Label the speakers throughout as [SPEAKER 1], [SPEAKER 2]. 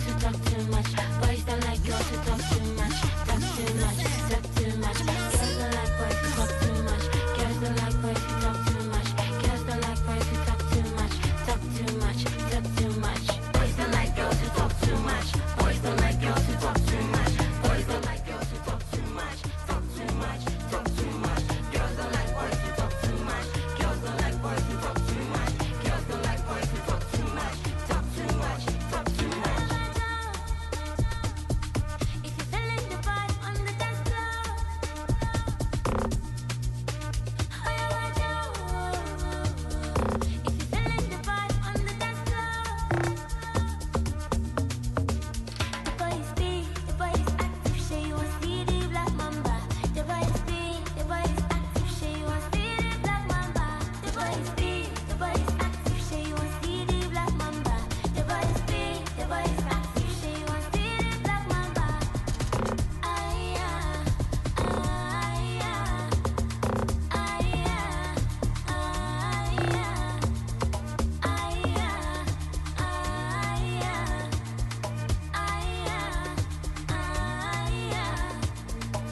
[SPEAKER 1] talk too much. Boys don't like girls who talk too much. Talk too much, talk too much. Girls don't like boys who talk too much. Girls don't like boys who talk too much. Girls don't like boys who talk too much. Talk too much, talk too much. Boys don't like girls who talk too much. Boys don't like girls who talk too much. Boys don't like girls who talk too much. Talk too much, talk too much. Girls don't like boys who talk too much. Girls don't like boys who talk too much. Girls don't like boys who talk too much. Talk too much, talk too much. If you're feeling the vibe on the dance floor, oh you are dope. If you're feeling the vibe on the dance floor, the boy is big, the boy is active, show you a city black mamba. The boy is big, the boy is active, show you a city black mamba. The boy is big, the boy is active, show you a city black mamba. The boy is big, the boy is active, show you a city black mamba. Aya, aya, aya, aya.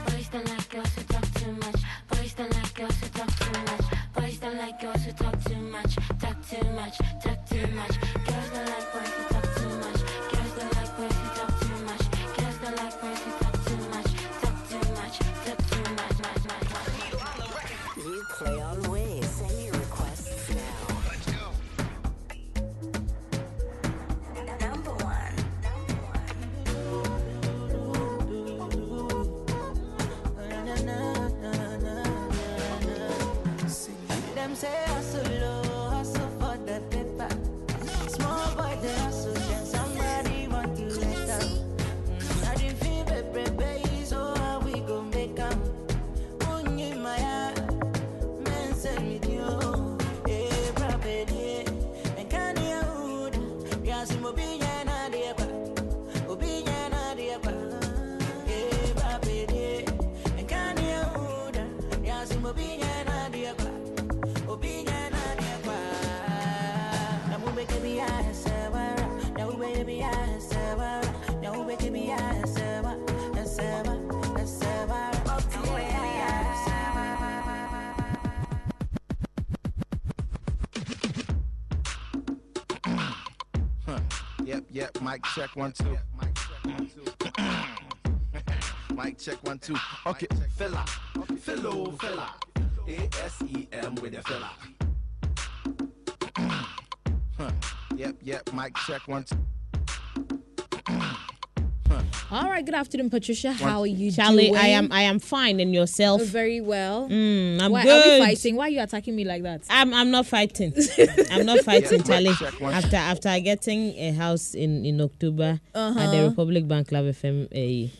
[SPEAKER 1] Boys don't like girls who talk too much. Boys don't like girls who talk too much. Boys don't like girls who talk too much. Talk too much, talk too much. Girls don't like boys who talk too much. Girls don't like boys who talk too much. Girls don't like boys who talk too much. Talk too much, talk too much, much, much, much.
[SPEAKER 2] You play on waves. Send your requests now. Number one.
[SPEAKER 3] Them say hustle low, hustle for the paper. Small boy they hustle, then somebody want you later. Mm, I dey feel baby, baby, so how we gon' make 'em? Moon in my eye, men say me do. Eh, property, and can you hold? Yeah, see, mo be here, na dey kwa. Mo be here, na dey kwa. Eh, property, and can you hold? Yeah, see, mo be here, na dey kwa.
[SPEAKER 4] Yep, Ah, yep. Mic check one two. Mic check one two. Ah, Okay, fella, fellow fella, A S E M with a fella. Huh. Yep, yep. Mic check one two.
[SPEAKER 5] All right. Good afternoon, Patricia. How are you
[SPEAKER 6] Charlie,
[SPEAKER 5] doing?
[SPEAKER 6] I am I am fine and yourself.
[SPEAKER 5] very well.
[SPEAKER 6] Mm, I'm
[SPEAKER 5] Why
[SPEAKER 6] good.
[SPEAKER 5] are we fighting? Why are you attacking me like that?
[SPEAKER 6] I'm I'm not fighting. I'm not fighting,
[SPEAKER 4] mic
[SPEAKER 6] Charlie.
[SPEAKER 4] check one.
[SPEAKER 6] After after getting a house in in October at the
[SPEAKER 5] Uh-huh.
[SPEAKER 6] Republic Bank Club eh, FM, a,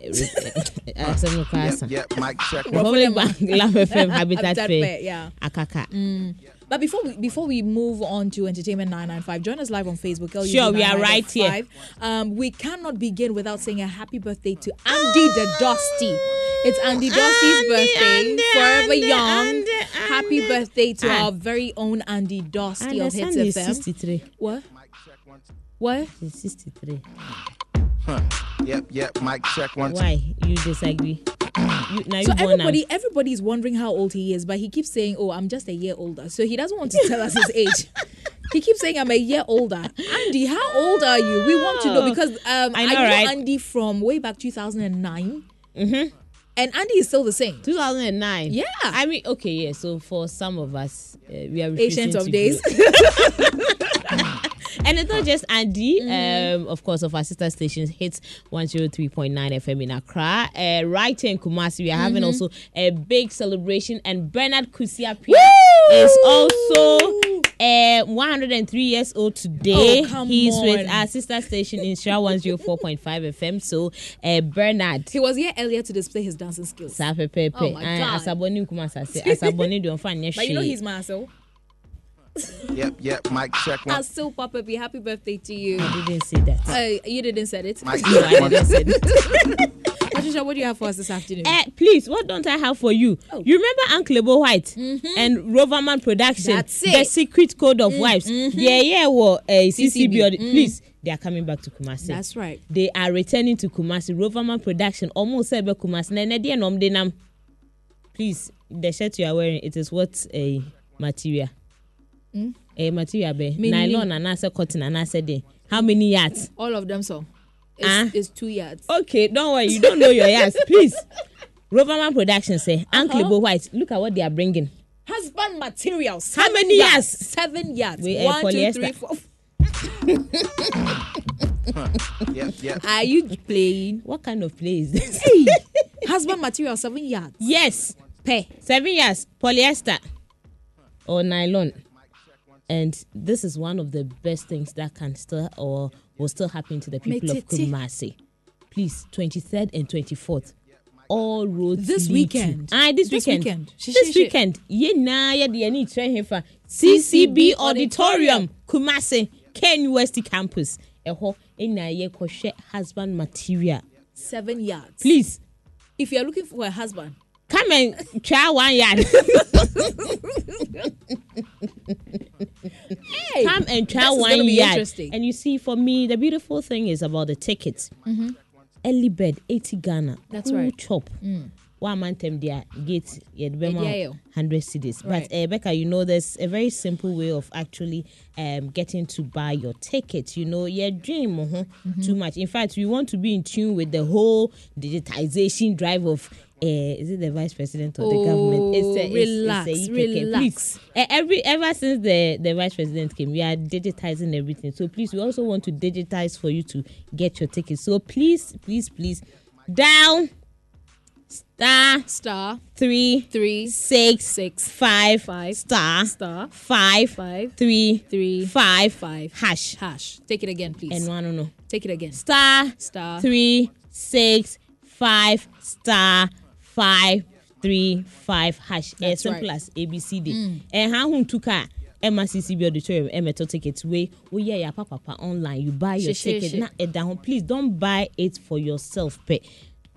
[SPEAKER 6] eh, a,
[SPEAKER 4] Yep, yep. Mic check one.
[SPEAKER 6] Republic Bank Club FM Habitat
[SPEAKER 5] Habitat
[SPEAKER 6] Fair,
[SPEAKER 5] Fair, yeah.
[SPEAKER 6] Akaka.
[SPEAKER 5] But before we before we move on to Entertainment 995, join us live on Facebook. LUV
[SPEAKER 6] Sure, we are right here.
[SPEAKER 5] 995. Um, we cannot begin without saying a happy birthday to Andy the Dusty. It's Andy Dusty's
[SPEAKER 6] Andy,
[SPEAKER 5] birthday,
[SPEAKER 6] Andy,
[SPEAKER 5] forever
[SPEAKER 6] Andy,
[SPEAKER 5] young.
[SPEAKER 6] Andy,
[SPEAKER 5] Happy
[SPEAKER 6] Andy.
[SPEAKER 5] birthday to
[SPEAKER 6] Ah.
[SPEAKER 5] our very own Andy Dusty of Hits
[SPEAKER 6] Sandy is
[SPEAKER 5] FM.
[SPEAKER 6] 63.
[SPEAKER 5] What?
[SPEAKER 4] Mic check one two.
[SPEAKER 5] What?
[SPEAKER 6] She's 63.
[SPEAKER 4] Huh. Yep, yep. Mic check one two.
[SPEAKER 6] Why you disagree? You, now you
[SPEAKER 5] So
[SPEAKER 6] born now.
[SPEAKER 5] everybody, everybody is wondering how old he is, but he keeps saying, "Oh, I'm just a year older." So he doesn't want to tell us his age. He keeps saying, "I'm a year older." Andy, how old are you? We want to know because um,
[SPEAKER 6] Oh. I know, right?
[SPEAKER 5] Andy from way back 2009, mm-hmm. and Andy is still the same.
[SPEAKER 6] 2009.
[SPEAKER 5] Yeah.
[SPEAKER 6] I mean, okay, yeah. So for some of us, uh, we are refusing
[SPEAKER 5] Patient
[SPEAKER 6] to
[SPEAKER 5] of days.
[SPEAKER 6] grow. And it's not just Andy,
[SPEAKER 5] Mm.
[SPEAKER 6] um, of course, of our sister stations hits 103.9 FM in Accra. Uh, right here in Kumasi, we are having
[SPEAKER 5] Mm-hmm.
[SPEAKER 6] also a big celebration. And Bernard Kusiapia is also uh, 103 years old today.
[SPEAKER 5] Oh, come
[SPEAKER 6] He's with
[SPEAKER 5] on.
[SPEAKER 6] our sister station in oh Shira 104.5 FM. So, uh, Bernard.
[SPEAKER 5] he was here earlier to display his dancing skills.
[SPEAKER 6] saa pɛpɛɛpɛ
[SPEAKER 5] Oh my
[SPEAKER 6] Ɛn,
[SPEAKER 5] God.
[SPEAKER 6] asabɔne nkuma asase asabɔne deɛ ɔmfa nyɛ
[SPEAKER 5] But you know
[SPEAKER 6] hwee.
[SPEAKER 5] he's my asshole.
[SPEAKER 4] Yep, yep. Mic check one.
[SPEAKER 5] Asshole, Papa B, happy birthday to you.
[SPEAKER 6] I didn't say that
[SPEAKER 5] Uh, you didn't said it.
[SPEAKER 4] Mic
[SPEAKER 6] No, I
[SPEAKER 4] check one.
[SPEAKER 6] didn't say that.
[SPEAKER 5] Patricia, what do you have for us this afternoon?
[SPEAKER 6] Eh, please, what don't I have for you?
[SPEAKER 5] Oh. Mm-hmm.
[SPEAKER 6] You remember Uncle Bo White and Roverman Production,
[SPEAKER 5] That's
[SPEAKER 6] The
[SPEAKER 5] it. Mm, mm-hmm.
[SPEAKER 6] Secret Code of Wives. Yeah, yeah, well, uh, CCB.
[SPEAKER 5] CCB,
[SPEAKER 6] or the- Please, they are coming back to Kumasi.
[SPEAKER 5] Mm-hmm. That's right.
[SPEAKER 6] They are returning to Kumasi. Roverman Production. Almost said Kumasi. Na na dia nom de nam. Please, the shirt you are wearing, it is what a material. A material be
[SPEAKER 5] Meaning-
[SPEAKER 6] nylon and I cotton and I said how many yards?
[SPEAKER 5] All of them so. It's,
[SPEAKER 6] Ah.
[SPEAKER 5] it's two yards.
[SPEAKER 6] Okay, don't worry. You don't know your yards. Please. Roverman Production say, Uncle Bo White, look at what they are bringing.
[SPEAKER 5] Husband materials.
[SPEAKER 6] How many
[SPEAKER 5] yards?
[SPEAKER 6] yards?
[SPEAKER 5] Seven yards.
[SPEAKER 6] We, uh,
[SPEAKER 5] One, two,
[SPEAKER 6] polyester.
[SPEAKER 5] three, four.
[SPEAKER 4] Yep, yep.
[SPEAKER 5] Are you playing?
[SPEAKER 6] What kind of play is this?
[SPEAKER 5] Husband material, seven yards.
[SPEAKER 6] yes.
[SPEAKER 5] Pay.
[SPEAKER 6] Seven years, polyester or nylon. And this is one of the best things that can still or will still happen to the people of
[SPEAKER 5] Metete.
[SPEAKER 6] Kumasi. Please, 23rd and 24th. All roads
[SPEAKER 5] This
[SPEAKER 6] lead to-
[SPEAKER 5] weekend.
[SPEAKER 6] Aye, this,
[SPEAKER 5] This
[SPEAKER 6] weekend.
[SPEAKER 5] weekend. She- she-
[SPEAKER 6] This
[SPEAKER 5] she-
[SPEAKER 6] weekend. Yeah, nah, yeah, the any train here for CCB Auditorium, Kumasi, Ken West campus. Eho, ena ye koshe husband material.
[SPEAKER 5] Seven yards.
[SPEAKER 6] Please
[SPEAKER 5] If you're looking for a husband,
[SPEAKER 6] come and try one yard.
[SPEAKER 5] hey,
[SPEAKER 6] come and try
[SPEAKER 5] this is
[SPEAKER 6] one
[SPEAKER 5] gonna be
[SPEAKER 6] yard.
[SPEAKER 5] interesting.
[SPEAKER 6] And you see, for me, the beautiful thing is about the tickets. Early bird, 80 Ghana.
[SPEAKER 5] Mm-hmm. That's
[SPEAKER 6] cool
[SPEAKER 5] right. Mm.
[SPEAKER 6] Chop. One man them their gate, yeah, the
[SPEAKER 5] Yeah, yeah.
[SPEAKER 6] bema 100 cities.
[SPEAKER 5] Right.
[SPEAKER 6] But uh, Becca, you know, there's a very simple way of actually um, getting to buy your ticket. You know, your dream uh
[SPEAKER 5] Mm-hmm.
[SPEAKER 6] too much. In fact, we want to be in tune with the whole digitization drive of. Uh, is it the vice president of the government?
[SPEAKER 5] Oh, relax,
[SPEAKER 6] EKK. Please,
[SPEAKER 5] relax.
[SPEAKER 6] Eh, every ever since the the vice president came we are digitizing everything so please we also want to digitize for you to get your tickets so please please please dial star
[SPEAKER 5] star
[SPEAKER 6] three
[SPEAKER 5] three
[SPEAKER 6] six
[SPEAKER 5] Six.
[SPEAKER 6] five
[SPEAKER 5] Five.
[SPEAKER 6] star
[SPEAKER 5] star
[SPEAKER 6] five
[SPEAKER 5] Five.
[SPEAKER 6] three
[SPEAKER 5] Three.
[SPEAKER 6] five
[SPEAKER 5] Five.
[SPEAKER 6] hash
[SPEAKER 5] hash. Take it again, please.
[SPEAKER 6] and one no no
[SPEAKER 5] Take it again.
[SPEAKER 6] star
[SPEAKER 5] Star.
[SPEAKER 6] three six five star five three five hash as
[SPEAKER 5] That's
[SPEAKER 6] simple
[SPEAKER 5] right. Mm.
[SPEAKER 6] as abcd and how Eh, hun Eh, took her MRCCB auditorium Eh, mmeto tickets wey woyɛ yɛ apapapa online you buy your
[SPEAKER 5] Hye, hye,
[SPEAKER 6] ticket
[SPEAKER 5] hye.
[SPEAKER 6] na ɛda ho please don buy it for yourself pɛ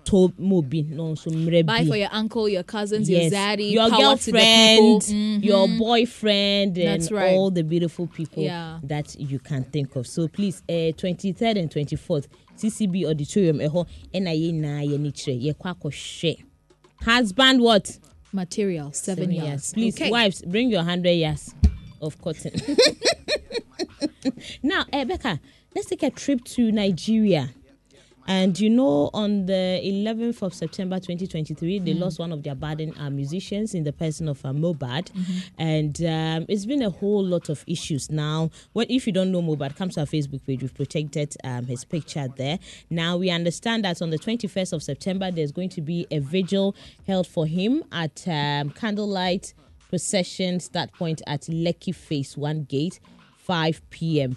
[SPEAKER 6] to mo bi na nso mmerɛ bi
[SPEAKER 5] Buy for your uncle, your cousins, your zaddy,
[SPEAKER 6] your
[SPEAKER 5] power to the
[SPEAKER 6] girlfriend,
[SPEAKER 5] people. Mm.
[SPEAKER 6] your boyfriend, and
[SPEAKER 5] That's right.
[SPEAKER 6] all the beautiful people
[SPEAKER 5] Yeah.
[SPEAKER 6] that you can think of. So please, uh, 23rd and 24th, CCB Auditorium, eh, ɛhɔ ɛna yɛ nyinaa yɛ ni kyerɛ yɛ kɔ akɔhwɛ. Husband, what?
[SPEAKER 5] Material, seven,
[SPEAKER 6] Seven
[SPEAKER 5] yards.
[SPEAKER 6] Please,
[SPEAKER 5] Okay.
[SPEAKER 6] wives, bring your 100 yards of cotton. now, eh, Becca, let's take a trip to Nigeria. And you know, on the 11th of September 2023, they lost one of their burden uh, musicians in the person of uh, Mobad. And um, it's been a whole lot of issues. Now, what if you don't know Mobad, come to our Facebook page. We've protected um, his picture there. Now, we understand that on the 21st of September, there's going to be a vigil held for him at um, Candlelight Procession Start Point at Lekki Phase 1 Gate, 5 p.m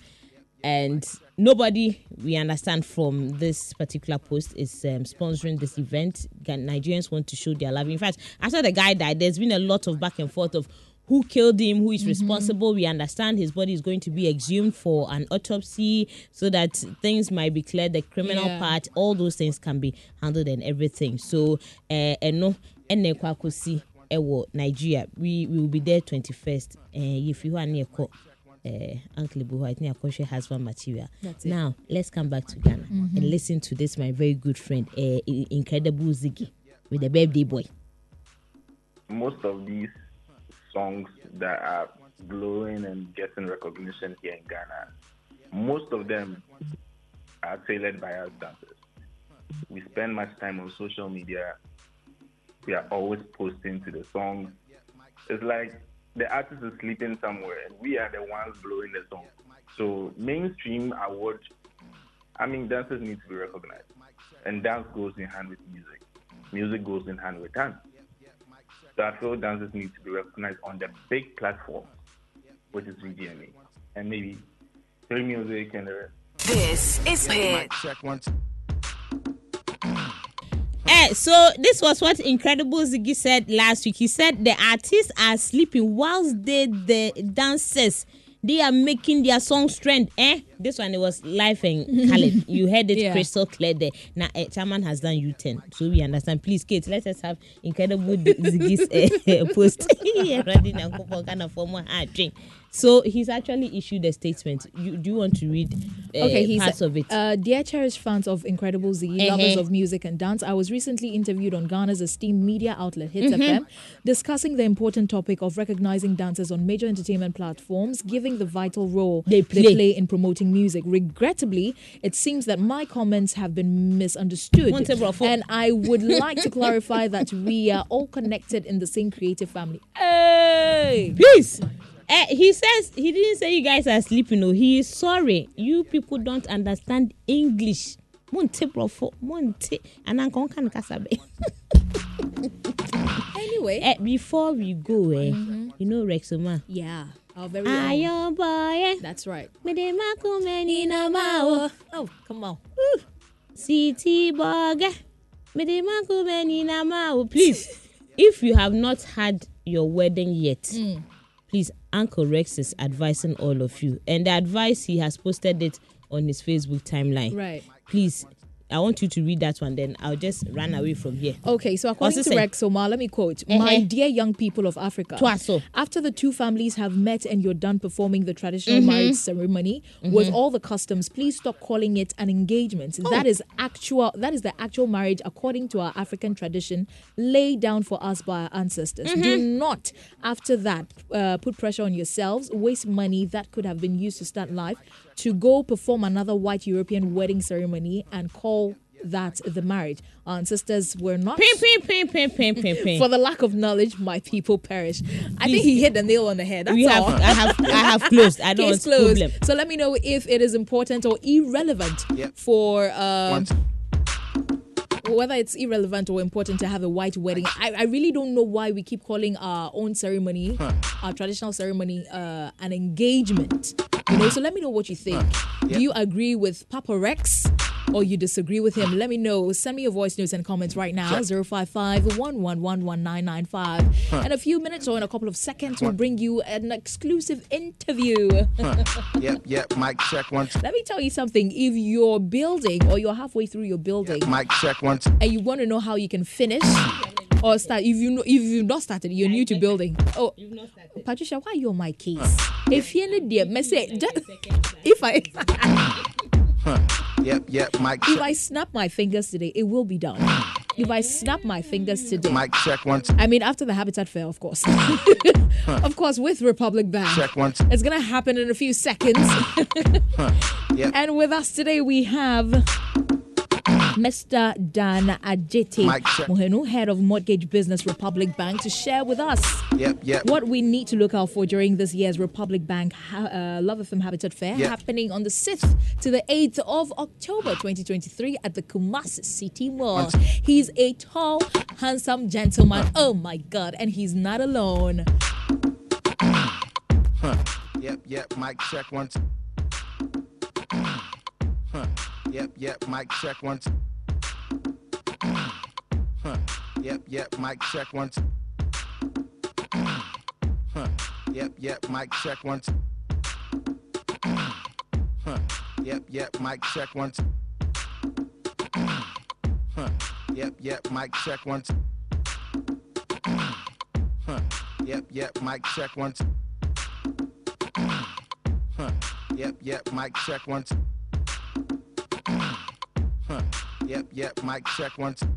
[SPEAKER 6] and nobody we understand from this particular post is um, sponsoring this event. Gan- Nigerians want to show their love. In fact, after the guy died, there's been a lot of back and forth of who killed him, who is responsible. We understand his body is going to be exhumed for an autopsy so that things might be cleared, the criminal
[SPEAKER 5] Yeah.
[SPEAKER 6] part, all those things can be handled and everything. So, uh, no, ene kwakosi ewo Nigeria. We we will be there 21st. Uh, if you are near uh, Uncle Ibu, I think Akoshe has one material.
[SPEAKER 5] That's it. Mm-hmm.
[SPEAKER 6] Now, let's come back to Ghana and listen to this, my very good friend, uh, Incredible Ziggy, with the birthday boy.
[SPEAKER 7] most of these songs that are blowing and getting recognition here in Ghana, most of them are tailored by us dancers. We spend much time on social media. We are always posting to the songs. It's like the artist is sleeping somewhere, and we are the ones blowing the song. So mainstream award, I mean, dancers need to be recognized, and dance goes in hand with music. Music goes in hand with dance. So I feel dancers need to be recognized on the big platform, which is VGMA, and maybe free music and the rest.
[SPEAKER 2] This is Hit.
[SPEAKER 4] Mic check one, two.
[SPEAKER 6] Eh, so this was what Incredible Ziggy said last week. He said the artists are sleeping whilst they the dancers they are making their songs trend. Eh, this one it was live and Khaled. you heard it
[SPEAKER 5] Yeah.
[SPEAKER 6] crystal clear there. Now eh, Chairman has done U10, so we understand. Please, Kate, let us have eh, Incredible Ziggy's eh, post. Yeah, ready now. Go for Ghana for more hard drink. So he's actually issued a statement. You, do you want to read uh,
[SPEAKER 5] Okay, he's
[SPEAKER 6] parts of it?
[SPEAKER 5] Uh, dear cherished fans of Incredible Z, lovers
[SPEAKER 6] Mhm.
[SPEAKER 5] of music and dance, I was recently interviewed on Ghana's esteemed media outlet Hits
[SPEAKER 6] Mm-hmm.
[SPEAKER 5] FM, discussing the important topic of recognizing dancers on major entertainment platforms, giving the vital role
[SPEAKER 6] They play.
[SPEAKER 5] in promoting music. Regrettably, it seems that my comments have been misunderstood,
[SPEAKER 6] Monte Brofo.
[SPEAKER 5] and I would like to clarify that we are all connected in the same creative family.
[SPEAKER 6] Hey! Peace! Eh, he says he didn't say you guys are sleeping. No, he is sorry. You people don't understand English. Monte brofo, monte ananka onka nkasabe.
[SPEAKER 5] Anyway,
[SPEAKER 6] Eh, before we go, eh, you know Rexoma.
[SPEAKER 5] yeah, our very own.
[SPEAKER 6] Ayo boy, eh.
[SPEAKER 5] That's right.
[SPEAKER 6] me de makumeni na mao.
[SPEAKER 5] Oh, come on.
[SPEAKER 6] City bug. Me de makumeni na mao. Please, if you have not had your wedding yet.
[SPEAKER 5] Hmm.
[SPEAKER 6] please uncle rex is advising all of you and the advice he has posted it on his facebook timeline
[SPEAKER 5] Right.
[SPEAKER 6] please i want you to read that one then i'll just run away from here
[SPEAKER 5] Okay, so according
[SPEAKER 6] What's
[SPEAKER 5] to
[SPEAKER 6] it say?
[SPEAKER 5] Rex Omar, let me quote My
[SPEAKER 6] Mhm.
[SPEAKER 5] dear young people of Africa,
[SPEAKER 6] Twaso.
[SPEAKER 5] after the two families have met and you're done performing the traditional marriage ceremony with all the customs, please stop calling it an engagement. That is actual that is the actual marriage according to our African tradition laid down for us by our ancestors. Do not, after that, uh, put pressure on yourselves, waste money that could have been used to start life, to go perform another white European wedding ceremony and call that the marriage. Our ancestors were not
[SPEAKER 6] ping ping ping ping ping ping ping
[SPEAKER 5] for the lack of knowledge, my people perish. I think he hit the nail on the head. That's
[SPEAKER 6] we have
[SPEAKER 5] all.
[SPEAKER 6] i have i have closed i don't
[SPEAKER 5] Case
[SPEAKER 6] want
[SPEAKER 5] closed.
[SPEAKER 6] problem
[SPEAKER 5] So let me know if it is important or irrelevant
[SPEAKER 4] Yep.
[SPEAKER 5] for um,
[SPEAKER 4] One, two.
[SPEAKER 5] whether it's irrelevant or important to have a white wedding. I, I really don't know why we keep calling our own ceremony, our traditional ceremony, uh, an engagement. You know. So let me know what you think.
[SPEAKER 4] Yep.
[SPEAKER 5] Do you agree with Papa Rex? Or you disagree with him, let me know. Send me your voice notes and comments right now. 055 1111995. In a few minutes or in a couple of seconds, we'll bring you an exclusive interview.
[SPEAKER 4] Yep, yep. Mic check one, two.
[SPEAKER 5] Let me tell you something. If you're building or you're halfway through your building
[SPEAKER 4] Mic check one, two.
[SPEAKER 5] and you want to know how you can finish or start, if you know, if you've not started, you're new to building. Oh, Patricia, why are you on my case? If you're in the message, if I
[SPEAKER 4] Yep, yep. Mic
[SPEAKER 5] if
[SPEAKER 4] check.
[SPEAKER 5] I snap my fingers today, it will be done. If I snap my fingers today,
[SPEAKER 4] Mic check one, two.
[SPEAKER 5] I mean after the habitat fair, of course, of course with Republic Bank.
[SPEAKER 4] Check one, two.
[SPEAKER 5] It's gonna happen in a few seconds.
[SPEAKER 4] Yep.
[SPEAKER 5] And with us today we have Mr. Dan Ajete
[SPEAKER 4] Mic check.
[SPEAKER 5] Mohenu, head of Mortgage Business Republic Bank, to share with us
[SPEAKER 4] Yep, yep.
[SPEAKER 5] what we need to look out for during this year's Republic Bank ha- uh, Love FM Habitat Fair
[SPEAKER 4] Yep.
[SPEAKER 5] happening on the 6th to the 8th of October 2023 at the Kumasi City Mall. He's a tall, handsome gentleman. Oh my God. And he's not alone.
[SPEAKER 4] Yep, yep. Mic check one, two. Huh. Yep, yep. Mic check one, two. Huh. Yep, yep. Mic check one, two. Huh. Yep, yep. Mic check one, two. Huh. Yep, yep. Mic check one, two. Huh. Yep, yep. Mic check one, two. Huh. Yep, yep. Mic check one, two. Huh. Yep, yep, mic check one. two. Huh. Yep, yep, mic check one. two.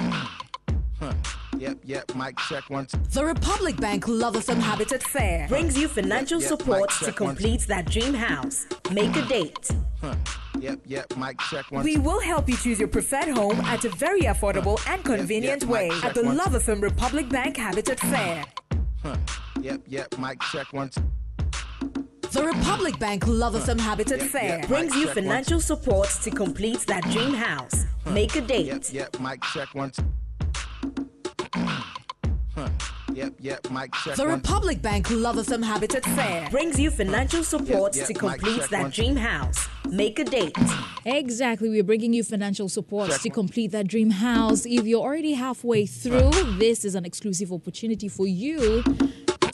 [SPEAKER 4] Huh. Yep, yep, mic check one. two.
[SPEAKER 2] The Republic Bank Love FM Habitat Fair brings you financial
[SPEAKER 4] Yeah, yeah,
[SPEAKER 2] support
[SPEAKER 4] mic
[SPEAKER 2] to
[SPEAKER 4] check, one, two.
[SPEAKER 2] complete that dream house. Make a date.
[SPEAKER 4] Huh. Yep, yep, mic check one.
[SPEAKER 2] We
[SPEAKER 4] two.
[SPEAKER 2] will help you choose your preferred home at a very affordable and convenient
[SPEAKER 4] mic
[SPEAKER 2] way
[SPEAKER 4] check,
[SPEAKER 2] at the
[SPEAKER 4] one, two.
[SPEAKER 2] Love FM Republic Bank Habitat Fair.
[SPEAKER 4] Huh. Yep, yep, mic check one. two.
[SPEAKER 2] The Republic Bank Love FM Habitat
[SPEAKER 4] Yeah,
[SPEAKER 2] Fair
[SPEAKER 4] yeah,
[SPEAKER 2] brings
[SPEAKER 4] mic
[SPEAKER 2] you
[SPEAKER 4] check, one,
[SPEAKER 2] financial support to complete that dream house. Make a
[SPEAKER 4] Yep,
[SPEAKER 2] date.
[SPEAKER 4] yep, mic check one. two. Huh. Yep, yep, mic check
[SPEAKER 2] The
[SPEAKER 4] one. two.
[SPEAKER 2] Republic Bank Love FM Habitat Fair brings you financial support
[SPEAKER 4] yeah,
[SPEAKER 2] to
[SPEAKER 4] mic
[SPEAKER 2] complete
[SPEAKER 4] check,
[SPEAKER 2] that
[SPEAKER 4] one, two.
[SPEAKER 2] dream house. Make a date.
[SPEAKER 5] Exactly. We're bringing you financial support
[SPEAKER 4] Check
[SPEAKER 5] to
[SPEAKER 4] one.
[SPEAKER 5] complete that dream house. If you're already halfway through, this is an exclusive opportunity for you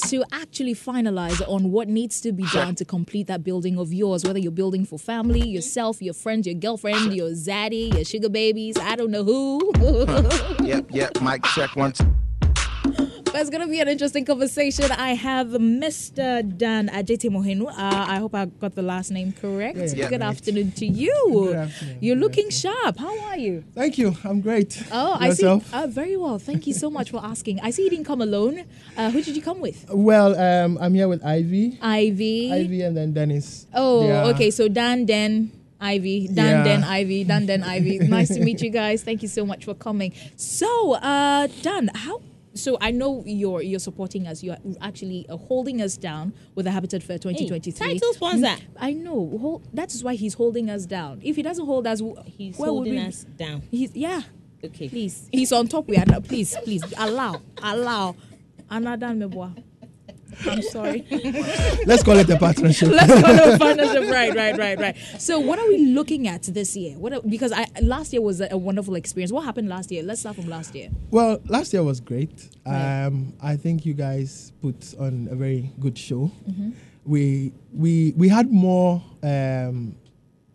[SPEAKER 5] to actually finalize on what needs to be done to complete that building of yours, whether you're building for family, yourself, your friends, your girlfriend, your zaddy, your sugar babies, I don't know who.
[SPEAKER 4] Yep, yep, mic check one. two.
[SPEAKER 5] That's going to be an interesting conversation. I have Mr. Dan Ajete Mohenu. Uh, I hope I got the last name correct.
[SPEAKER 4] yeah.
[SPEAKER 5] Good
[SPEAKER 4] Correct.
[SPEAKER 5] afternoon to you.
[SPEAKER 8] Good afternoon.
[SPEAKER 5] You're looking sharp. How are you?
[SPEAKER 8] Thank you. I'm great.
[SPEAKER 5] Oh,
[SPEAKER 8] Yourself?
[SPEAKER 5] I see. Uh, very well. Thank you so much for asking. I see you didn't come alone. Uh, who did you come with?
[SPEAKER 8] Well, um, I'm here with Ivy,
[SPEAKER 5] Ivy.
[SPEAKER 8] Ivy, and then Dennis.
[SPEAKER 5] Oh,
[SPEAKER 8] They are-
[SPEAKER 5] okay. So Dan, Den, Ivy, Dan,
[SPEAKER 8] Yeah.
[SPEAKER 5] Den, Ivy, Dan, Den, Ivy. Nice to meet you guys. Thank you so much for coming. So, uh, Dan, how? So I know you're you're supporting us. You're actually uh, holding us down with the Habitat Fair 2023
[SPEAKER 6] title sponsor.
[SPEAKER 5] I know. Hol- That is why he's holding us down. If he doesn't hold us, w-
[SPEAKER 6] He's
[SPEAKER 5] where would
[SPEAKER 6] holding
[SPEAKER 5] we-
[SPEAKER 6] us down.
[SPEAKER 5] He's yeah.
[SPEAKER 6] Okay.
[SPEAKER 5] Please, he's on top. We are not. Please, please allow, allow. Another meboa. I'm sorry.
[SPEAKER 8] Let's call it a partnership.
[SPEAKER 5] Let's call it a partnership. Right, right, right, right. So, what are we looking at this year? What are, because I last year was a, a wonderful experience. What happened last year? Let's start from last year.
[SPEAKER 8] Well, last year was great.
[SPEAKER 5] Right.
[SPEAKER 8] Um, I think you guys put on a very good show.
[SPEAKER 5] Mm-hmm.
[SPEAKER 8] We we we had more um,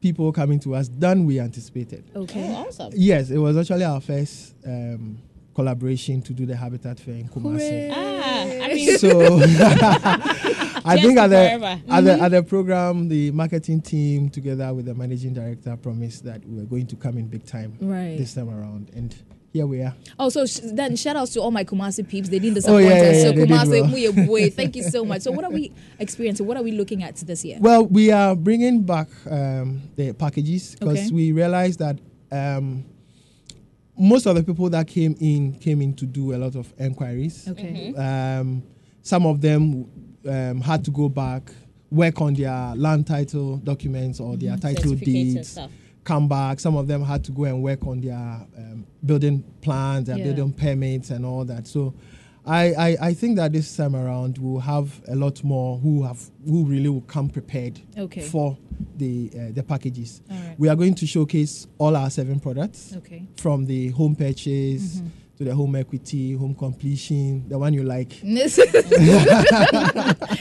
[SPEAKER 8] people coming to us than we anticipated.
[SPEAKER 5] Okay.
[SPEAKER 6] awesome.
[SPEAKER 8] Yes, it was actually our first um, collaboration to do the Habitat Fair in Kumasi.
[SPEAKER 6] Ah, I mean,
[SPEAKER 8] So I think at
[SPEAKER 6] forever. Mm-hmm.
[SPEAKER 8] the, at, the, at the program, the marketing team together with the managing director promised that we were going to come in big time
[SPEAKER 6] Mm.
[SPEAKER 5] Right.
[SPEAKER 8] this time around. And here we are.
[SPEAKER 5] Oh, so sh- then shout outs to all my Kumasi peeps. They didn't
[SPEAKER 8] Oh,
[SPEAKER 5] disappoint
[SPEAKER 8] yeah,
[SPEAKER 5] us.
[SPEAKER 8] yeah,
[SPEAKER 5] So
[SPEAKER 8] yeah, they did
[SPEAKER 5] Kumasi,
[SPEAKER 8] well.
[SPEAKER 5] Muye Boy, thank you so much. So, what are we experiencing? What are we looking at this year?
[SPEAKER 8] Well, we are bringing back um, the packages because
[SPEAKER 5] Okay.
[SPEAKER 8] we realized that um, most of the people that came in came in to do a lot of enquiries.
[SPEAKER 5] Okay.
[SPEAKER 6] Mm-hmm.
[SPEAKER 8] Um, some of them um, had to go back, work on their land title documents or their title
[SPEAKER 6] Mm-hmm. Certificates and
[SPEAKER 8] deeds,
[SPEAKER 6] stuff.
[SPEAKER 8] come back. Some of them had to go and work on their um, building plans, their
[SPEAKER 5] Yeah.
[SPEAKER 8] building permits, and all that. So. I, I, I think that this time around we'll have a lot more who have who really will come prepared
[SPEAKER 5] Okay.
[SPEAKER 8] for the uh, the packages.
[SPEAKER 5] All right.
[SPEAKER 8] We are going to showcase all our seven products
[SPEAKER 5] Okay. Mm-hmm.
[SPEAKER 8] from the home purchase to the home equity, home completion, the one you like,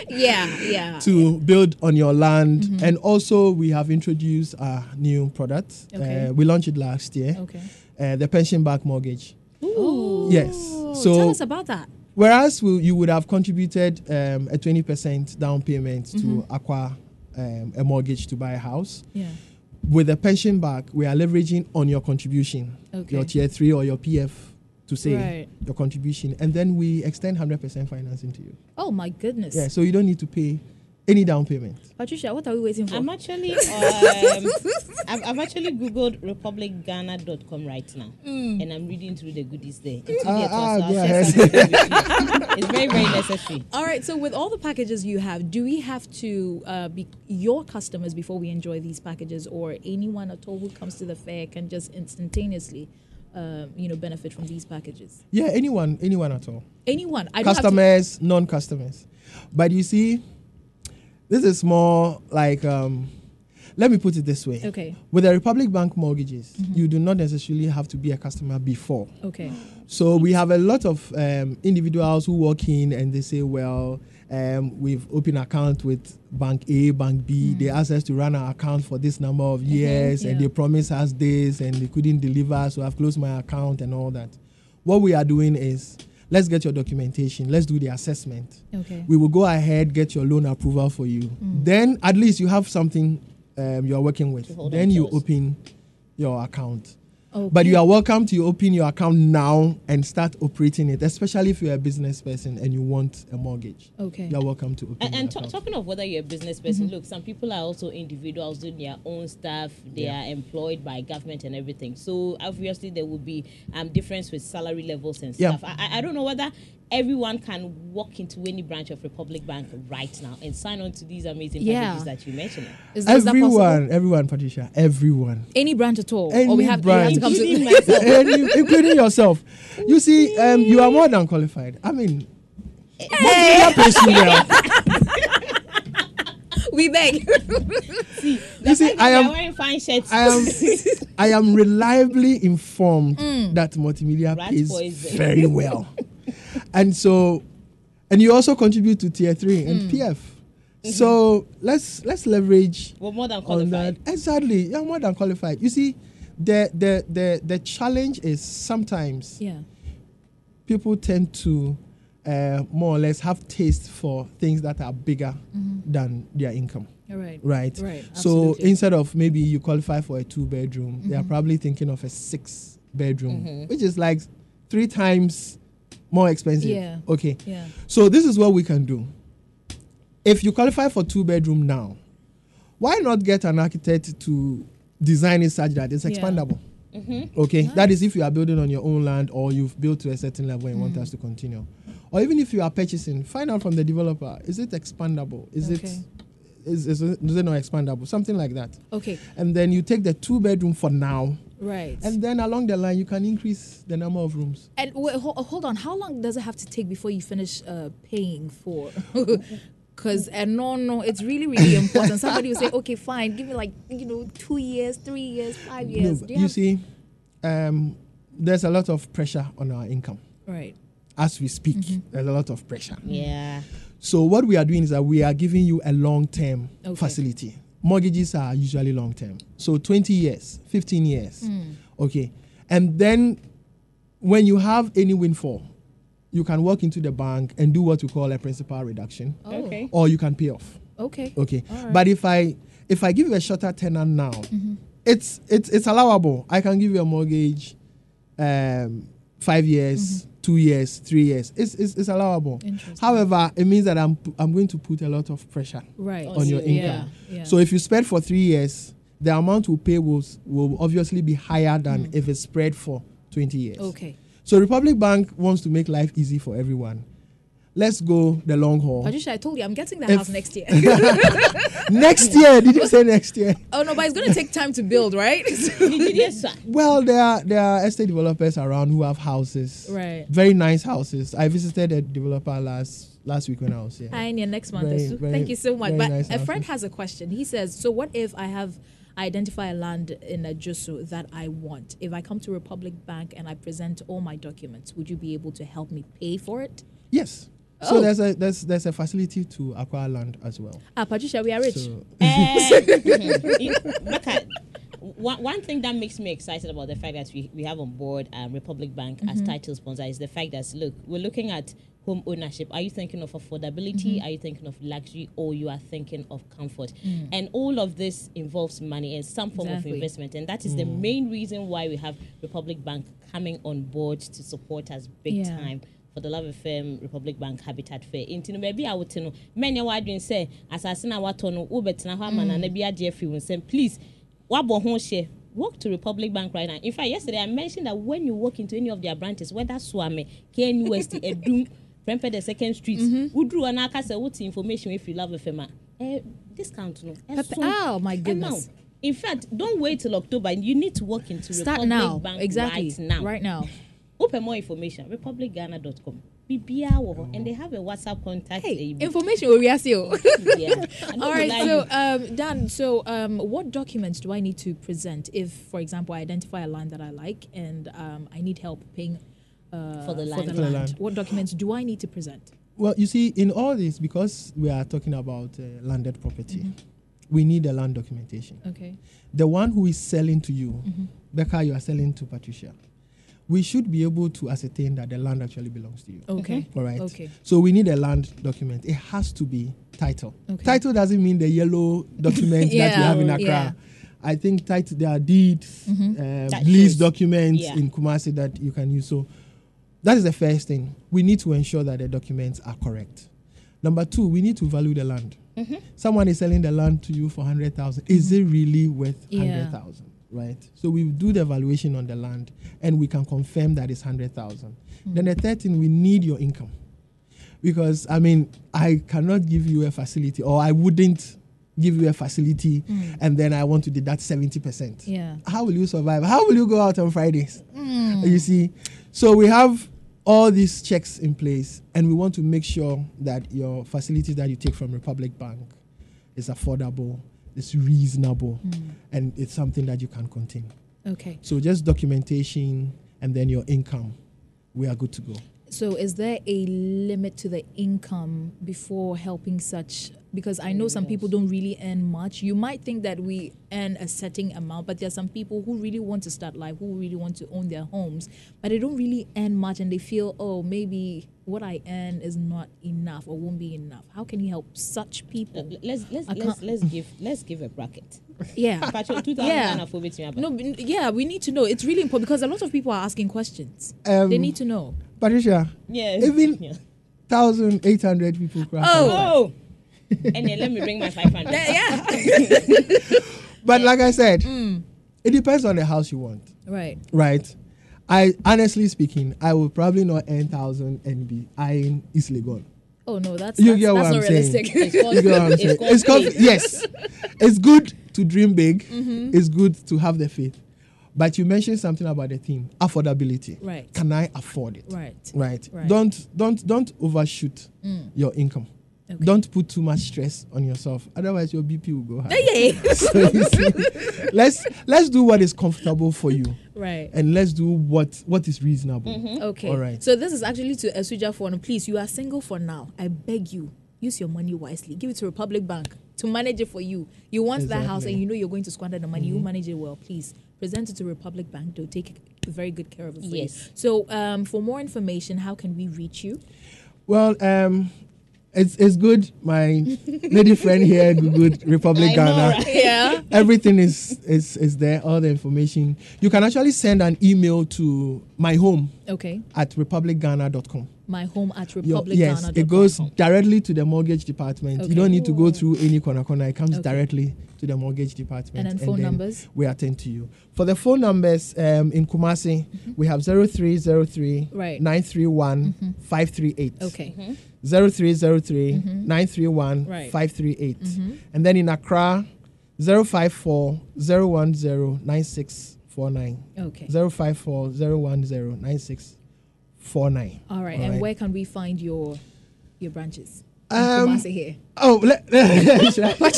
[SPEAKER 5] yeah, yeah.
[SPEAKER 8] to build on your land.
[SPEAKER 5] Mm-hmm.
[SPEAKER 8] And also, we have introduced our new product.
[SPEAKER 5] Okay.
[SPEAKER 8] Uh, we launched it last year.
[SPEAKER 5] Okay.
[SPEAKER 8] Uh, the pension back mortgage.
[SPEAKER 5] Ooh.
[SPEAKER 8] Yes. So
[SPEAKER 5] tell us about that.
[SPEAKER 8] whereas we, you would have contributed um, a 20% down payment
[SPEAKER 5] Mm-hmm.
[SPEAKER 8] to acquire um, a mortgage to buy a house.
[SPEAKER 5] Yeah.
[SPEAKER 8] with the pension back, we are leveraging on your contribution,
[SPEAKER 5] Okay.
[SPEAKER 8] your tier three or your PF to say
[SPEAKER 5] Right.
[SPEAKER 8] your contribution, and then we extend 100% financing to you.
[SPEAKER 5] Oh my goodness.
[SPEAKER 8] Yeah, so you don't need to pay any down payment.
[SPEAKER 5] Patricia, what are we waiting for?
[SPEAKER 6] I'm actually, um, I've, I've actually googled republicghana.com right now, and I'm reading through the goodies there. And today it
[SPEAKER 8] Mm. ah,
[SPEAKER 6] was, so I'll
[SPEAKER 8] go
[SPEAKER 6] share
[SPEAKER 8] ahead.
[SPEAKER 6] something with you. It's very, very necessary.
[SPEAKER 5] All right. So with all the packages you have, do we have to uh, be your customers before we enjoy these packages, or anyone at all who comes to the fair can just instantaneously, um, you know, benefit from these packages?
[SPEAKER 8] Yeah, anyone, anyone at all.
[SPEAKER 5] Anyone? I don't have to-
[SPEAKER 8] Customers, non customers. But you see, this is more like, um, let me put it this way.
[SPEAKER 5] Okay. Mm-hmm.
[SPEAKER 8] With the Republic Bank mortgages, you do not necessarily have to be a customer before.
[SPEAKER 5] Okay.
[SPEAKER 8] So we have a lot of um, individuals who walk in and they say, well, um, we've opened account with bank A, bank B. They asked us to run our account for this number of years and
[SPEAKER 5] Hmm. yeah.
[SPEAKER 8] they promised us this and they couldn't deliver. So I've closed my account and all that. What we are doing is let's get your documentation. Let's do the assessment.
[SPEAKER 5] Okay. Hmm.
[SPEAKER 8] We will go ahead, get your loan approval for you. Then at least you have something um, you're working with.
[SPEAKER 6] hold on
[SPEAKER 8] Then
[SPEAKER 6] to
[SPEAKER 8] you
[SPEAKER 6] us.
[SPEAKER 8] open your account.
[SPEAKER 5] Okay.
[SPEAKER 8] But you are welcome to open your account now and start operating it, especially if you're a business person and you want a mortgage.
[SPEAKER 5] Okay.
[SPEAKER 8] You're welcome to open
[SPEAKER 6] And,
[SPEAKER 8] your
[SPEAKER 6] and ta-
[SPEAKER 8] account.
[SPEAKER 6] talking of whether you're a business person,
[SPEAKER 8] Mm-hmm.
[SPEAKER 6] look, some people are also individuals doing their own stuff. They are employed by government and everything. So obviously there will be um difference with salary levels and
[SPEAKER 8] Yeah.
[SPEAKER 6] stuff. I- I, I don't know whether everyone can walk into any branch of Republic Bank right now and sign on to these amazing
[SPEAKER 5] Yeah.
[SPEAKER 6] packages that you mentioned.
[SPEAKER 5] Is, is that possible?
[SPEAKER 8] everyone, everyone, Patricia, everyone.
[SPEAKER 5] Any branch at all, or
[SPEAKER 8] Any
[SPEAKER 5] we have, we have to come
[SPEAKER 6] Including
[SPEAKER 5] to.
[SPEAKER 6] myself.
[SPEAKER 8] And you- including yourself. You see, um, you are more than qualified. I mean, what pays you well.
[SPEAKER 5] we beg.
[SPEAKER 8] You see, I
[SPEAKER 6] They're
[SPEAKER 8] am,
[SPEAKER 6] wearing fine shirts.
[SPEAKER 8] I am, I am reliably informed that multimedia
[SPEAKER 6] Mm. Rat
[SPEAKER 8] pays
[SPEAKER 6] poison.
[SPEAKER 8] very well, and so, and you also contribute to tier three
[SPEAKER 6] Mm.
[SPEAKER 8] and PF. So let's let's leverage
[SPEAKER 6] Mm-hmm. We're more than
[SPEAKER 8] on
[SPEAKER 6] qualified.
[SPEAKER 8] that. Exactly, you're more than qualified. You see, the the the the challenge is sometimes
[SPEAKER 5] yeah.
[SPEAKER 8] people tend to uh, more or less have taste for things that are bigger
[SPEAKER 6] Mm-hmm.
[SPEAKER 8] than their income.
[SPEAKER 5] All right.
[SPEAKER 8] Right.
[SPEAKER 5] Right.
[SPEAKER 8] So
[SPEAKER 5] absolutely. Mm-hmm.
[SPEAKER 8] instead of maybe you qualify for a two bedroom, they are probably thinking of a six bedroom, which is like three times more expensive.
[SPEAKER 5] Yeah.
[SPEAKER 8] Okay.
[SPEAKER 5] yeah.
[SPEAKER 8] So this is what we can do. If you qualify for two bedroom now, why not get an architect to design it such that it's
[SPEAKER 5] Yeah. Mm-hmm.
[SPEAKER 8] expandable? Okay, that is if you are building on your own land or you've built to a certain level and
[SPEAKER 5] Mm.
[SPEAKER 8] want us to continue, or even if you are purchasing, find out from the developer is it expandable? Is
[SPEAKER 5] Okay. Oh.
[SPEAKER 8] it is, is it is it not expandable? Something like that.
[SPEAKER 5] Okay.
[SPEAKER 8] And then you take the two bedroom for now,
[SPEAKER 5] Right. And,
[SPEAKER 8] and then along the line you can increase the number of rooms.
[SPEAKER 5] wait, ho- hold on. How long does it have to take before you finish uh, paying for? Because uh, no, no, it's really, really important. Somebody will say, okay, fine, give me like you know two years, three years, five
[SPEAKER 8] No,
[SPEAKER 5] years.
[SPEAKER 8] but
[SPEAKER 5] Do
[SPEAKER 8] you
[SPEAKER 5] have-
[SPEAKER 8] see, um, there's a lot of pressure on our income
[SPEAKER 5] Right.
[SPEAKER 8] as we speak.
[SPEAKER 5] Mm-hmm.
[SPEAKER 8] There's a lot of pressure.
[SPEAKER 6] Yeah.
[SPEAKER 8] So what we are doing is that we are giving you a long-term
[SPEAKER 5] Okay.
[SPEAKER 8] facility. Mortgages are usually long-term, so 20 years, 15 years.
[SPEAKER 5] Mm.
[SPEAKER 8] Okay, and then when you have any windfall, you can walk into the bank and do what we call a principal reduction,
[SPEAKER 5] Oh,
[SPEAKER 6] Okay.
[SPEAKER 8] or you can pay off.
[SPEAKER 5] Okay.
[SPEAKER 8] Okay. But if I if I give you a shorter tenor now,
[SPEAKER 5] Mm-hmm.
[SPEAKER 8] it's it's it's allowable. I can give you a mortgage um five years, two years, three years. It's it's, it's allowable.
[SPEAKER 5] Mm-hmm. Interesting.
[SPEAKER 8] However, it means that I'm pu- I'm going to put a lot of pressure
[SPEAKER 5] Right.
[SPEAKER 8] on your
[SPEAKER 5] yeah,
[SPEAKER 8] income.
[SPEAKER 5] Yeah.
[SPEAKER 8] So if you spread for three years, the amount we pay will s- will obviously be higher than if it's spread for twenty years.
[SPEAKER 5] Mm. okay.
[SPEAKER 8] So Republic Bank wants to make life easy for everyone. Let's go the long haul.
[SPEAKER 5] Pajusha, I told you I'm getting the
[SPEAKER 8] If-
[SPEAKER 5] house next year.
[SPEAKER 8] next year, did you say next year?
[SPEAKER 5] oh no, but it's gonna take time to build, right?
[SPEAKER 6] yes, sir.
[SPEAKER 8] Well, there are there are estate developers around who have houses,
[SPEAKER 5] Right.
[SPEAKER 8] Very nice houses. I visited a developer last last week when I was here.
[SPEAKER 5] Hi, Nia, next month.
[SPEAKER 8] Very,
[SPEAKER 5] Esu.
[SPEAKER 8] very-
[SPEAKER 5] Thank you so much.
[SPEAKER 8] very
[SPEAKER 5] But
[SPEAKER 8] nice
[SPEAKER 5] a friend
[SPEAKER 8] outfit.
[SPEAKER 5] has a question. He says, "So what if I have I identify a land in Ajusu that I want? If I come to Republic Bank and I present all my documents, would you be able to help me pay for it?"
[SPEAKER 8] yes.
[SPEAKER 5] Oh.
[SPEAKER 8] So there's a there's there's a facility to acquire land as well.
[SPEAKER 5] Ah, Patricia, we are rich.
[SPEAKER 8] So
[SPEAKER 6] Becca, one, one thing that makes me excited about the fact that we, we have on board um, Republic Bank as title sponsor is the fact that, look, we're looking at home ownership. Are you thinking of affordability? Are you thinking of luxury? Or you are thinking of comfort? And all of this involves money and some form
[SPEAKER 5] Exactly.
[SPEAKER 6] of investment. And that is the main reason why we have Republic Bank coming on board to support us big
[SPEAKER 5] Yeah.
[SPEAKER 6] time. for the love of fame republic bank habitat fair nti no baabi a wote no mɛnyɛ w'adwene sɛ asase no a woatɔ no wobɛtena hɔ ama nana bi agye afiri wo nsɛm please woabɔ ho hyɛ Walk to Republic Bank right now. In fact, yesterday I mentioned that when you walk into any of their branches, whether Swame, KNUST, Edum, Prempeh, the second street, Udru and Akasa, what's information if you love a fema? Eh, discount no. Eh,
[SPEAKER 5] Pepe-
[SPEAKER 6] so-
[SPEAKER 5] oh, my
[SPEAKER 6] Eh,
[SPEAKER 5] goodness.
[SPEAKER 6] now. In fact, don't wait till October. You need to walk into
[SPEAKER 5] Start
[SPEAKER 6] Republic
[SPEAKER 5] now.
[SPEAKER 6] Bank
[SPEAKER 5] exactly.
[SPEAKER 6] right now.
[SPEAKER 5] Right now.
[SPEAKER 6] open more information republicghana.com bibiara wɔ
[SPEAKER 8] Oh.
[SPEAKER 6] hɔ and they have a whatsapp contact
[SPEAKER 5] Hey,
[SPEAKER 6] able
[SPEAKER 5] information will be asked you.
[SPEAKER 6] all
[SPEAKER 5] All right, so um, Dan, so um, what documents do I need to present if, for example, I identify a land that I like and um, I need help paying uh,
[SPEAKER 6] For the land.
[SPEAKER 8] For the land.
[SPEAKER 5] What documents do I need to present?
[SPEAKER 8] well, you see, in all this, because we are talking about uh, landed property, we need a land documentation.
[SPEAKER 5] Mm-hmm. Okay. Mm-hmm.
[SPEAKER 8] the one who is selling to you, Becca, you are selling to Patricia. We should be able to ascertain that the land actually belongs to you.
[SPEAKER 5] Okay.
[SPEAKER 8] All right.
[SPEAKER 5] Okay.
[SPEAKER 8] So we need a land document. It has to be title.
[SPEAKER 5] Okay.
[SPEAKER 8] Title doesn't mean the yellow document that we
[SPEAKER 5] Yeah,
[SPEAKER 8] have in
[SPEAKER 5] oh,
[SPEAKER 8] Accra.
[SPEAKER 5] yeah. Mm-hmm.
[SPEAKER 8] I think title there are deeds, uh,
[SPEAKER 6] That
[SPEAKER 8] lease
[SPEAKER 6] shows-
[SPEAKER 8] documents
[SPEAKER 6] yeah.
[SPEAKER 8] in Kumasi that you can use. So that is the first thing. We need to ensure that the documents are correct. Number two, we need to value the land.
[SPEAKER 5] Mm-hmm.
[SPEAKER 8] Someone is selling the land to you for hundred thousand. Is it really worth
[SPEAKER 5] Yeah.
[SPEAKER 8] hundred thousand? Right. So we do the valuation on the land, and we can confirm that it's hundred thousand. Then the third thing, we need your income, because I mean, I cannot give you a facility, or I wouldn't give you a facility, and then I want to deduct seventy percent
[SPEAKER 5] Yeah.
[SPEAKER 8] how will you survive? How will you go out on Fridays?
[SPEAKER 6] Hmm.
[SPEAKER 8] You see, so we have all these checks in place, and we want to make sure that your facilities that you take from Republic Bank is affordable, it's reasonable,
[SPEAKER 6] Hmm.
[SPEAKER 8] and it's something that you can continue.
[SPEAKER 5] Okay.
[SPEAKER 8] So just documentation and then your income, we are good to go.
[SPEAKER 5] So, is there a limit to the income before helping such because I know some people don't really earn much. You might think that we earn a certain amount, but there are some people who really want to start life, who really want to own their homes, but they don't really earn much and they feel, oh, maybe what I earn is not enough or won't be enough. How can you help such people?
[SPEAKER 6] Let's let's
[SPEAKER 5] I
[SPEAKER 6] let's,
[SPEAKER 5] can't-
[SPEAKER 6] let's give let's give a bracket.
[SPEAKER 5] Yeah.
[SPEAKER 6] Pacho, two thousand
[SPEAKER 5] Yeah.
[SPEAKER 6] Ghana for me to me
[SPEAKER 5] No, b- yeah, we need to know. It's really important because a lot of people are asking questions.
[SPEAKER 8] Um,
[SPEAKER 5] they need to know.
[SPEAKER 8] Patricia,
[SPEAKER 6] Yes.
[SPEAKER 8] even
[SPEAKER 6] Yeah.
[SPEAKER 8] 1,800 people cry.
[SPEAKER 6] Oh. and then let me bring my five hundred.
[SPEAKER 5] Yeah.
[SPEAKER 8] But like I said,
[SPEAKER 6] Hmm.
[SPEAKER 8] it depends on the house you want,
[SPEAKER 5] right.
[SPEAKER 8] right? I honestly speaking, I will probably not earn thousand and be eyeing East Legon.
[SPEAKER 5] Oh no, that's
[SPEAKER 8] You
[SPEAKER 5] that's,
[SPEAKER 8] get what
[SPEAKER 5] that's
[SPEAKER 8] I'm
[SPEAKER 5] not
[SPEAKER 8] saying.
[SPEAKER 5] realistic.
[SPEAKER 6] It's called-
[SPEAKER 8] You get what I'm
[SPEAKER 6] it's
[SPEAKER 8] saying?
[SPEAKER 6] called
[SPEAKER 8] It's called
[SPEAKER 6] faith.
[SPEAKER 8] yes. It's good to dream big.
[SPEAKER 5] Mm-hmm.
[SPEAKER 8] It's good to have the faith. But you mentioned something about the theme affordability.
[SPEAKER 5] Right.
[SPEAKER 8] Can I afford it?
[SPEAKER 5] right.
[SPEAKER 8] Right.
[SPEAKER 5] Right. Mm.
[SPEAKER 8] Don't don't don't overshoot your income.
[SPEAKER 5] Okay.
[SPEAKER 8] Don't put too much stress on yourself. Otherwise, your BP will go high.
[SPEAKER 5] Yay.
[SPEAKER 8] So you see, let's let's do what is comfortable for you,
[SPEAKER 5] right.
[SPEAKER 8] and let's do what what is reasonable.
[SPEAKER 6] Mm-hmm.
[SPEAKER 5] Okay.
[SPEAKER 8] All right.
[SPEAKER 5] So this is actually to Esuja Fono. Please, you are single for now. I beg you, use your money wisely. Give it to Republic Bank to manage it for you. You want that house
[SPEAKER 8] Exactly.
[SPEAKER 5] and
[SPEAKER 8] Mm-hmm.
[SPEAKER 5] you know you're going to squander the money. You manage it well. Please present it to Republic Bank. They'll take very good care of it for
[SPEAKER 6] Yes.
[SPEAKER 5] you. So um, for more information, how can we reach you?
[SPEAKER 8] Well, um, it's it's good. My lady friend here, Good Republic
[SPEAKER 6] I know,
[SPEAKER 8] Ghana.
[SPEAKER 6] right?
[SPEAKER 5] Yeah.
[SPEAKER 8] Everything is, is is there. All the information. You can actually send an email to my home
[SPEAKER 5] Okay.
[SPEAKER 8] at republicghana.com.
[SPEAKER 5] My home at
[SPEAKER 8] Your-
[SPEAKER 5] Republic
[SPEAKER 8] yes,
[SPEAKER 5] Ghana.
[SPEAKER 8] it goes directly to the mortgage department.
[SPEAKER 5] Okay.
[SPEAKER 8] You don't need to go through any corner corner. It comes
[SPEAKER 5] Okay.
[SPEAKER 8] directly to the mortgage department.
[SPEAKER 5] And then phone numbers?
[SPEAKER 8] We attend to you. For the phone numbers um, in Kumasi, we have 0303
[SPEAKER 5] Mm-hmm. Right. Mm-hmm.
[SPEAKER 8] 931 538.
[SPEAKER 5] Okay. Mm-hmm.
[SPEAKER 8] 0303 931
[SPEAKER 5] Right. Mm-hmm.
[SPEAKER 8] 538. And then in Accra, 054 010 9649.
[SPEAKER 5] Okay.
[SPEAKER 8] 054 010 9649.
[SPEAKER 5] All right.
[SPEAKER 8] All
[SPEAKER 5] and
[SPEAKER 8] right.
[SPEAKER 5] where can we find your your branches? In
[SPEAKER 8] Um,
[SPEAKER 5] Kumasi here.
[SPEAKER 8] Oh, le- should, I,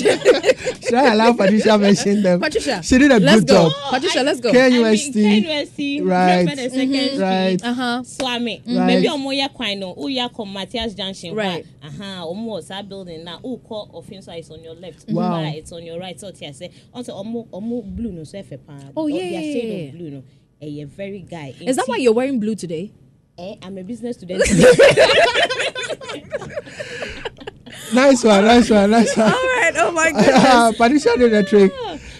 [SPEAKER 8] should I allow Patricia to mention them?
[SPEAKER 5] Patricia,
[SPEAKER 8] she did a
[SPEAKER 5] let's
[SPEAKER 8] good
[SPEAKER 5] go.
[SPEAKER 8] job.
[SPEAKER 5] Patricia, let's go.
[SPEAKER 6] I mean,
[SPEAKER 8] KUST,
[SPEAKER 6] KUST,
[SPEAKER 8] Right.
[SPEAKER 6] Brentford and Second
[SPEAKER 8] right?
[SPEAKER 5] Uh huh.
[SPEAKER 6] Swami,
[SPEAKER 8] Right.
[SPEAKER 6] maybe ọmọ yẹ kwan no, ó yà kọ Matthias Junction.
[SPEAKER 5] Right.
[SPEAKER 6] Aha, ọmọ wọ saa building na, ó kọ Ofinso it's on your left.
[SPEAKER 8] Wow.
[SPEAKER 6] Bar, it's on your right. Sọ ti àṣẹ, ọ̀n sẹ ọmọ ọmọ blue no sọ ẹ̀fẹ̀ paa.
[SPEAKER 5] Oh, yeah,
[SPEAKER 6] Their
[SPEAKER 5] yeah,
[SPEAKER 6] shade
[SPEAKER 5] yeah.
[SPEAKER 6] of blue no, ẹ̀yẹ very guy.
[SPEAKER 5] Is that why you're wearing blue today?
[SPEAKER 6] Eh, I'm a business student.
[SPEAKER 8] Nice one, nice one, nice one.
[SPEAKER 5] right. Oh my Ah.
[SPEAKER 8] Patricia did a trick.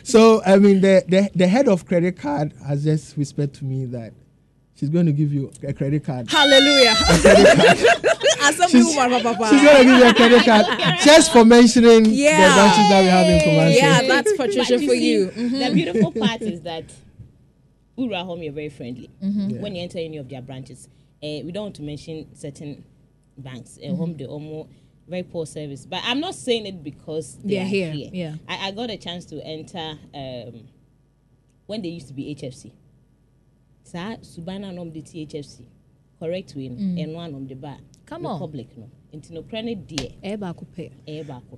[SPEAKER 8] So, I mean, the, the, the head of credit card has just whispered to me that she's going to give you a credit card.
[SPEAKER 5] Hallelujah. Assembly
[SPEAKER 8] She's-
[SPEAKER 5] woman, papa,
[SPEAKER 8] She's
[SPEAKER 5] papa.
[SPEAKER 8] going to give you a credit card just for mentioning the
[SPEAKER 5] Yeah.
[SPEAKER 8] branches that we have in Kumasi.
[SPEAKER 5] Yeah, that's
[SPEAKER 6] But
[SPEAKER 5] Patricia for
[SPEAKER 6] see,
[SPEAKER 5] you. Mm-hmm.
[SPEAKER 6] The beautiful part is that Ura Home, you're very friendly
[SPEAKER 5] Mm-hmm.
[SPEAKER 8] Yeah.
[SPEAKER 6] when you enter any of their branches. Uh, we don't want to mention certain banks.
[SPEAKER 5] Mm-hmm.
[SPEAKER 6] Uh, Home, they almost very poor service. But I'm not saying it because they
[SPEAKER 5] They're
[SPEAKER 6] are
[SPEAKER 5] here,
[SPEAKER 6] here.
[SPEAKER 5] yeah.
[SPEAKER 6] I, I got a chance to enter um, when they used to be HFC. Sa Subana nom the THFC. Correct win. And one on the bar.
[SPEAKER 5] Mm. Come on.
[SPEAKER 6] Republic, on. Republic no. eh, Into no prene dear.
[SPEAKER 5] Air Baku Pay.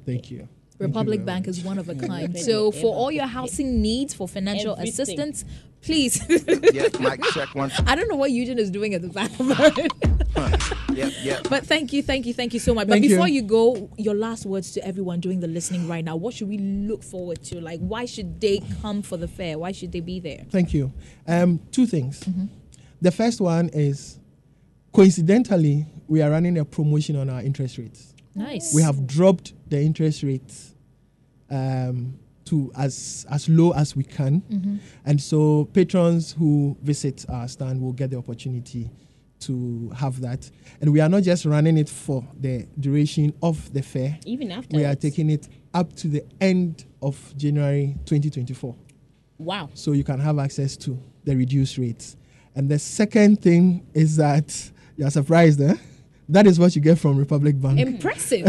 [SPEAKER 8] Thank you.
[SPEAKER 5] Republic Bank is one of a kind.
[SPEAKER 6] Thank
[SPEAKER 5] So
[SPEAKER 6] you.
[SPEAKER 5] for all your
[SPEAKER 6] Everything.
[SPEAKER 5] housing needs for financial
[SPEAKER 6] Everything.
[SPEAKER 5] assistance, please.
[SPEAKER 4] Yeah, mic check one, two.
[SPEAKER 5] I don't know what Eugene is doing at the back of it.
[SPEAKER 4] Yeah, yeah.
[SPEAKER 5] But thank you, thank you, thank you so much.
[SPEAKER 8] Thank
[SPEAKER 5] but
[SPEAKER 8] you.
[SPEAKER 5] before you. go, your last words to everyone doing the listening right now. What should we look forward to? Like, why should they come for the fair? Why should they be there?
[SPEAKER 8] Thank you. Um, two things. The first one is coincidentally, we are running a promotion on our interest rates.
[SPEAKER 5] Nice.
[SPEAKER 8] We have dropped the interest rates um, to as as low as we can, and so patrons who visit our stand will get the opportunity to have that. And we are not just running it for the duration of the fair.
[SPEAKER 6] Even after
[SPEAKER 8] We are taking it up to the end of January 2024
[SPEAKER 6] Wow.
[SPEAKER 8] so you can have access to the reduced rates. And the second thing is that you're surprised, eh? That is what you get from Republic Bank.
[SPEAKER 5] Impressive.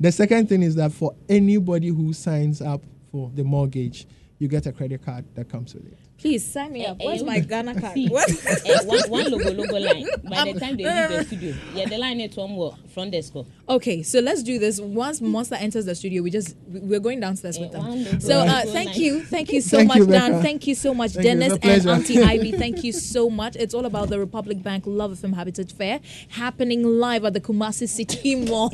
[SPEAKER 8] the second thing is that for anybody who signs up for the mortgage, you get a credit card that comes with it.
[SPEAKER 5] Please sign me up.
[SPEAKER 6] Eh,
[SPEAKER 5] Where's
[SPEAKER 6] eh,
[SPEAKER 5] my Ghana card?
[SPEAKER 6] see
[SPEAKER 5] What?
[SPEAKER 6] eh, one, one logo logo line by the time they leave the studio yeah the line at one more from the score
[SPEAKER 5] Okay, so let's do this. Once Monster enters the studio, we just we- we're going downstairs with
[SPEAKER 6] Eh, one
[SPEAKER 5] them.
[SPEAKER 6] logo,
[SPEAKER 5] So uh,
[SPEAKER 6] logo
[SPEAKER 5] thank
[SPEAKER 6] line.
[SPEAKER 5] you, thank you so
[SPEAKER 8] Thank
[SPEAKER 5] much,
[SPEAKER 8] you,
[SPEAKER 5] Dan.
[SPEAKER 8] Becca.
[SPEAKER 5] Thank you so much,
[SPEAKER 8] Thank you, it's
[SPEAKER 5] Dennis
[SPEAKER 8] a
[SPEAKER 5] and
[SPEAKER 8] pleasure.
[SPEAKER 5] Auntie Ivy. Thank you so much. It's all about the Republic Bank Love FM Habitat Fair happening live at the Kumasi City Mall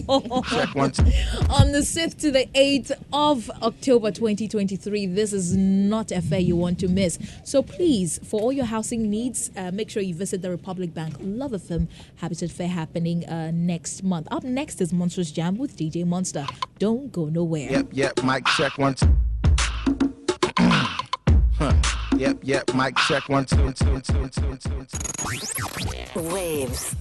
[SPEAKER 4] Check one, two.
[SPEAKER 5] on the 6th to the 8th of October 2023. This is not a fair you want to miss. So please, for all your housing needs, uh, make sure you visit the Republic Bank Love FM Habitat Fair happening uh, next month. Up next is Monsters Jam with DJ Monster. Don't go nowhere.
[SPEAKER 4] Yep, yep, mic check one, two. Huh. Yep, yep, mic check one, two, two, two, two, two, two.
[SPEAKER 2] Waves.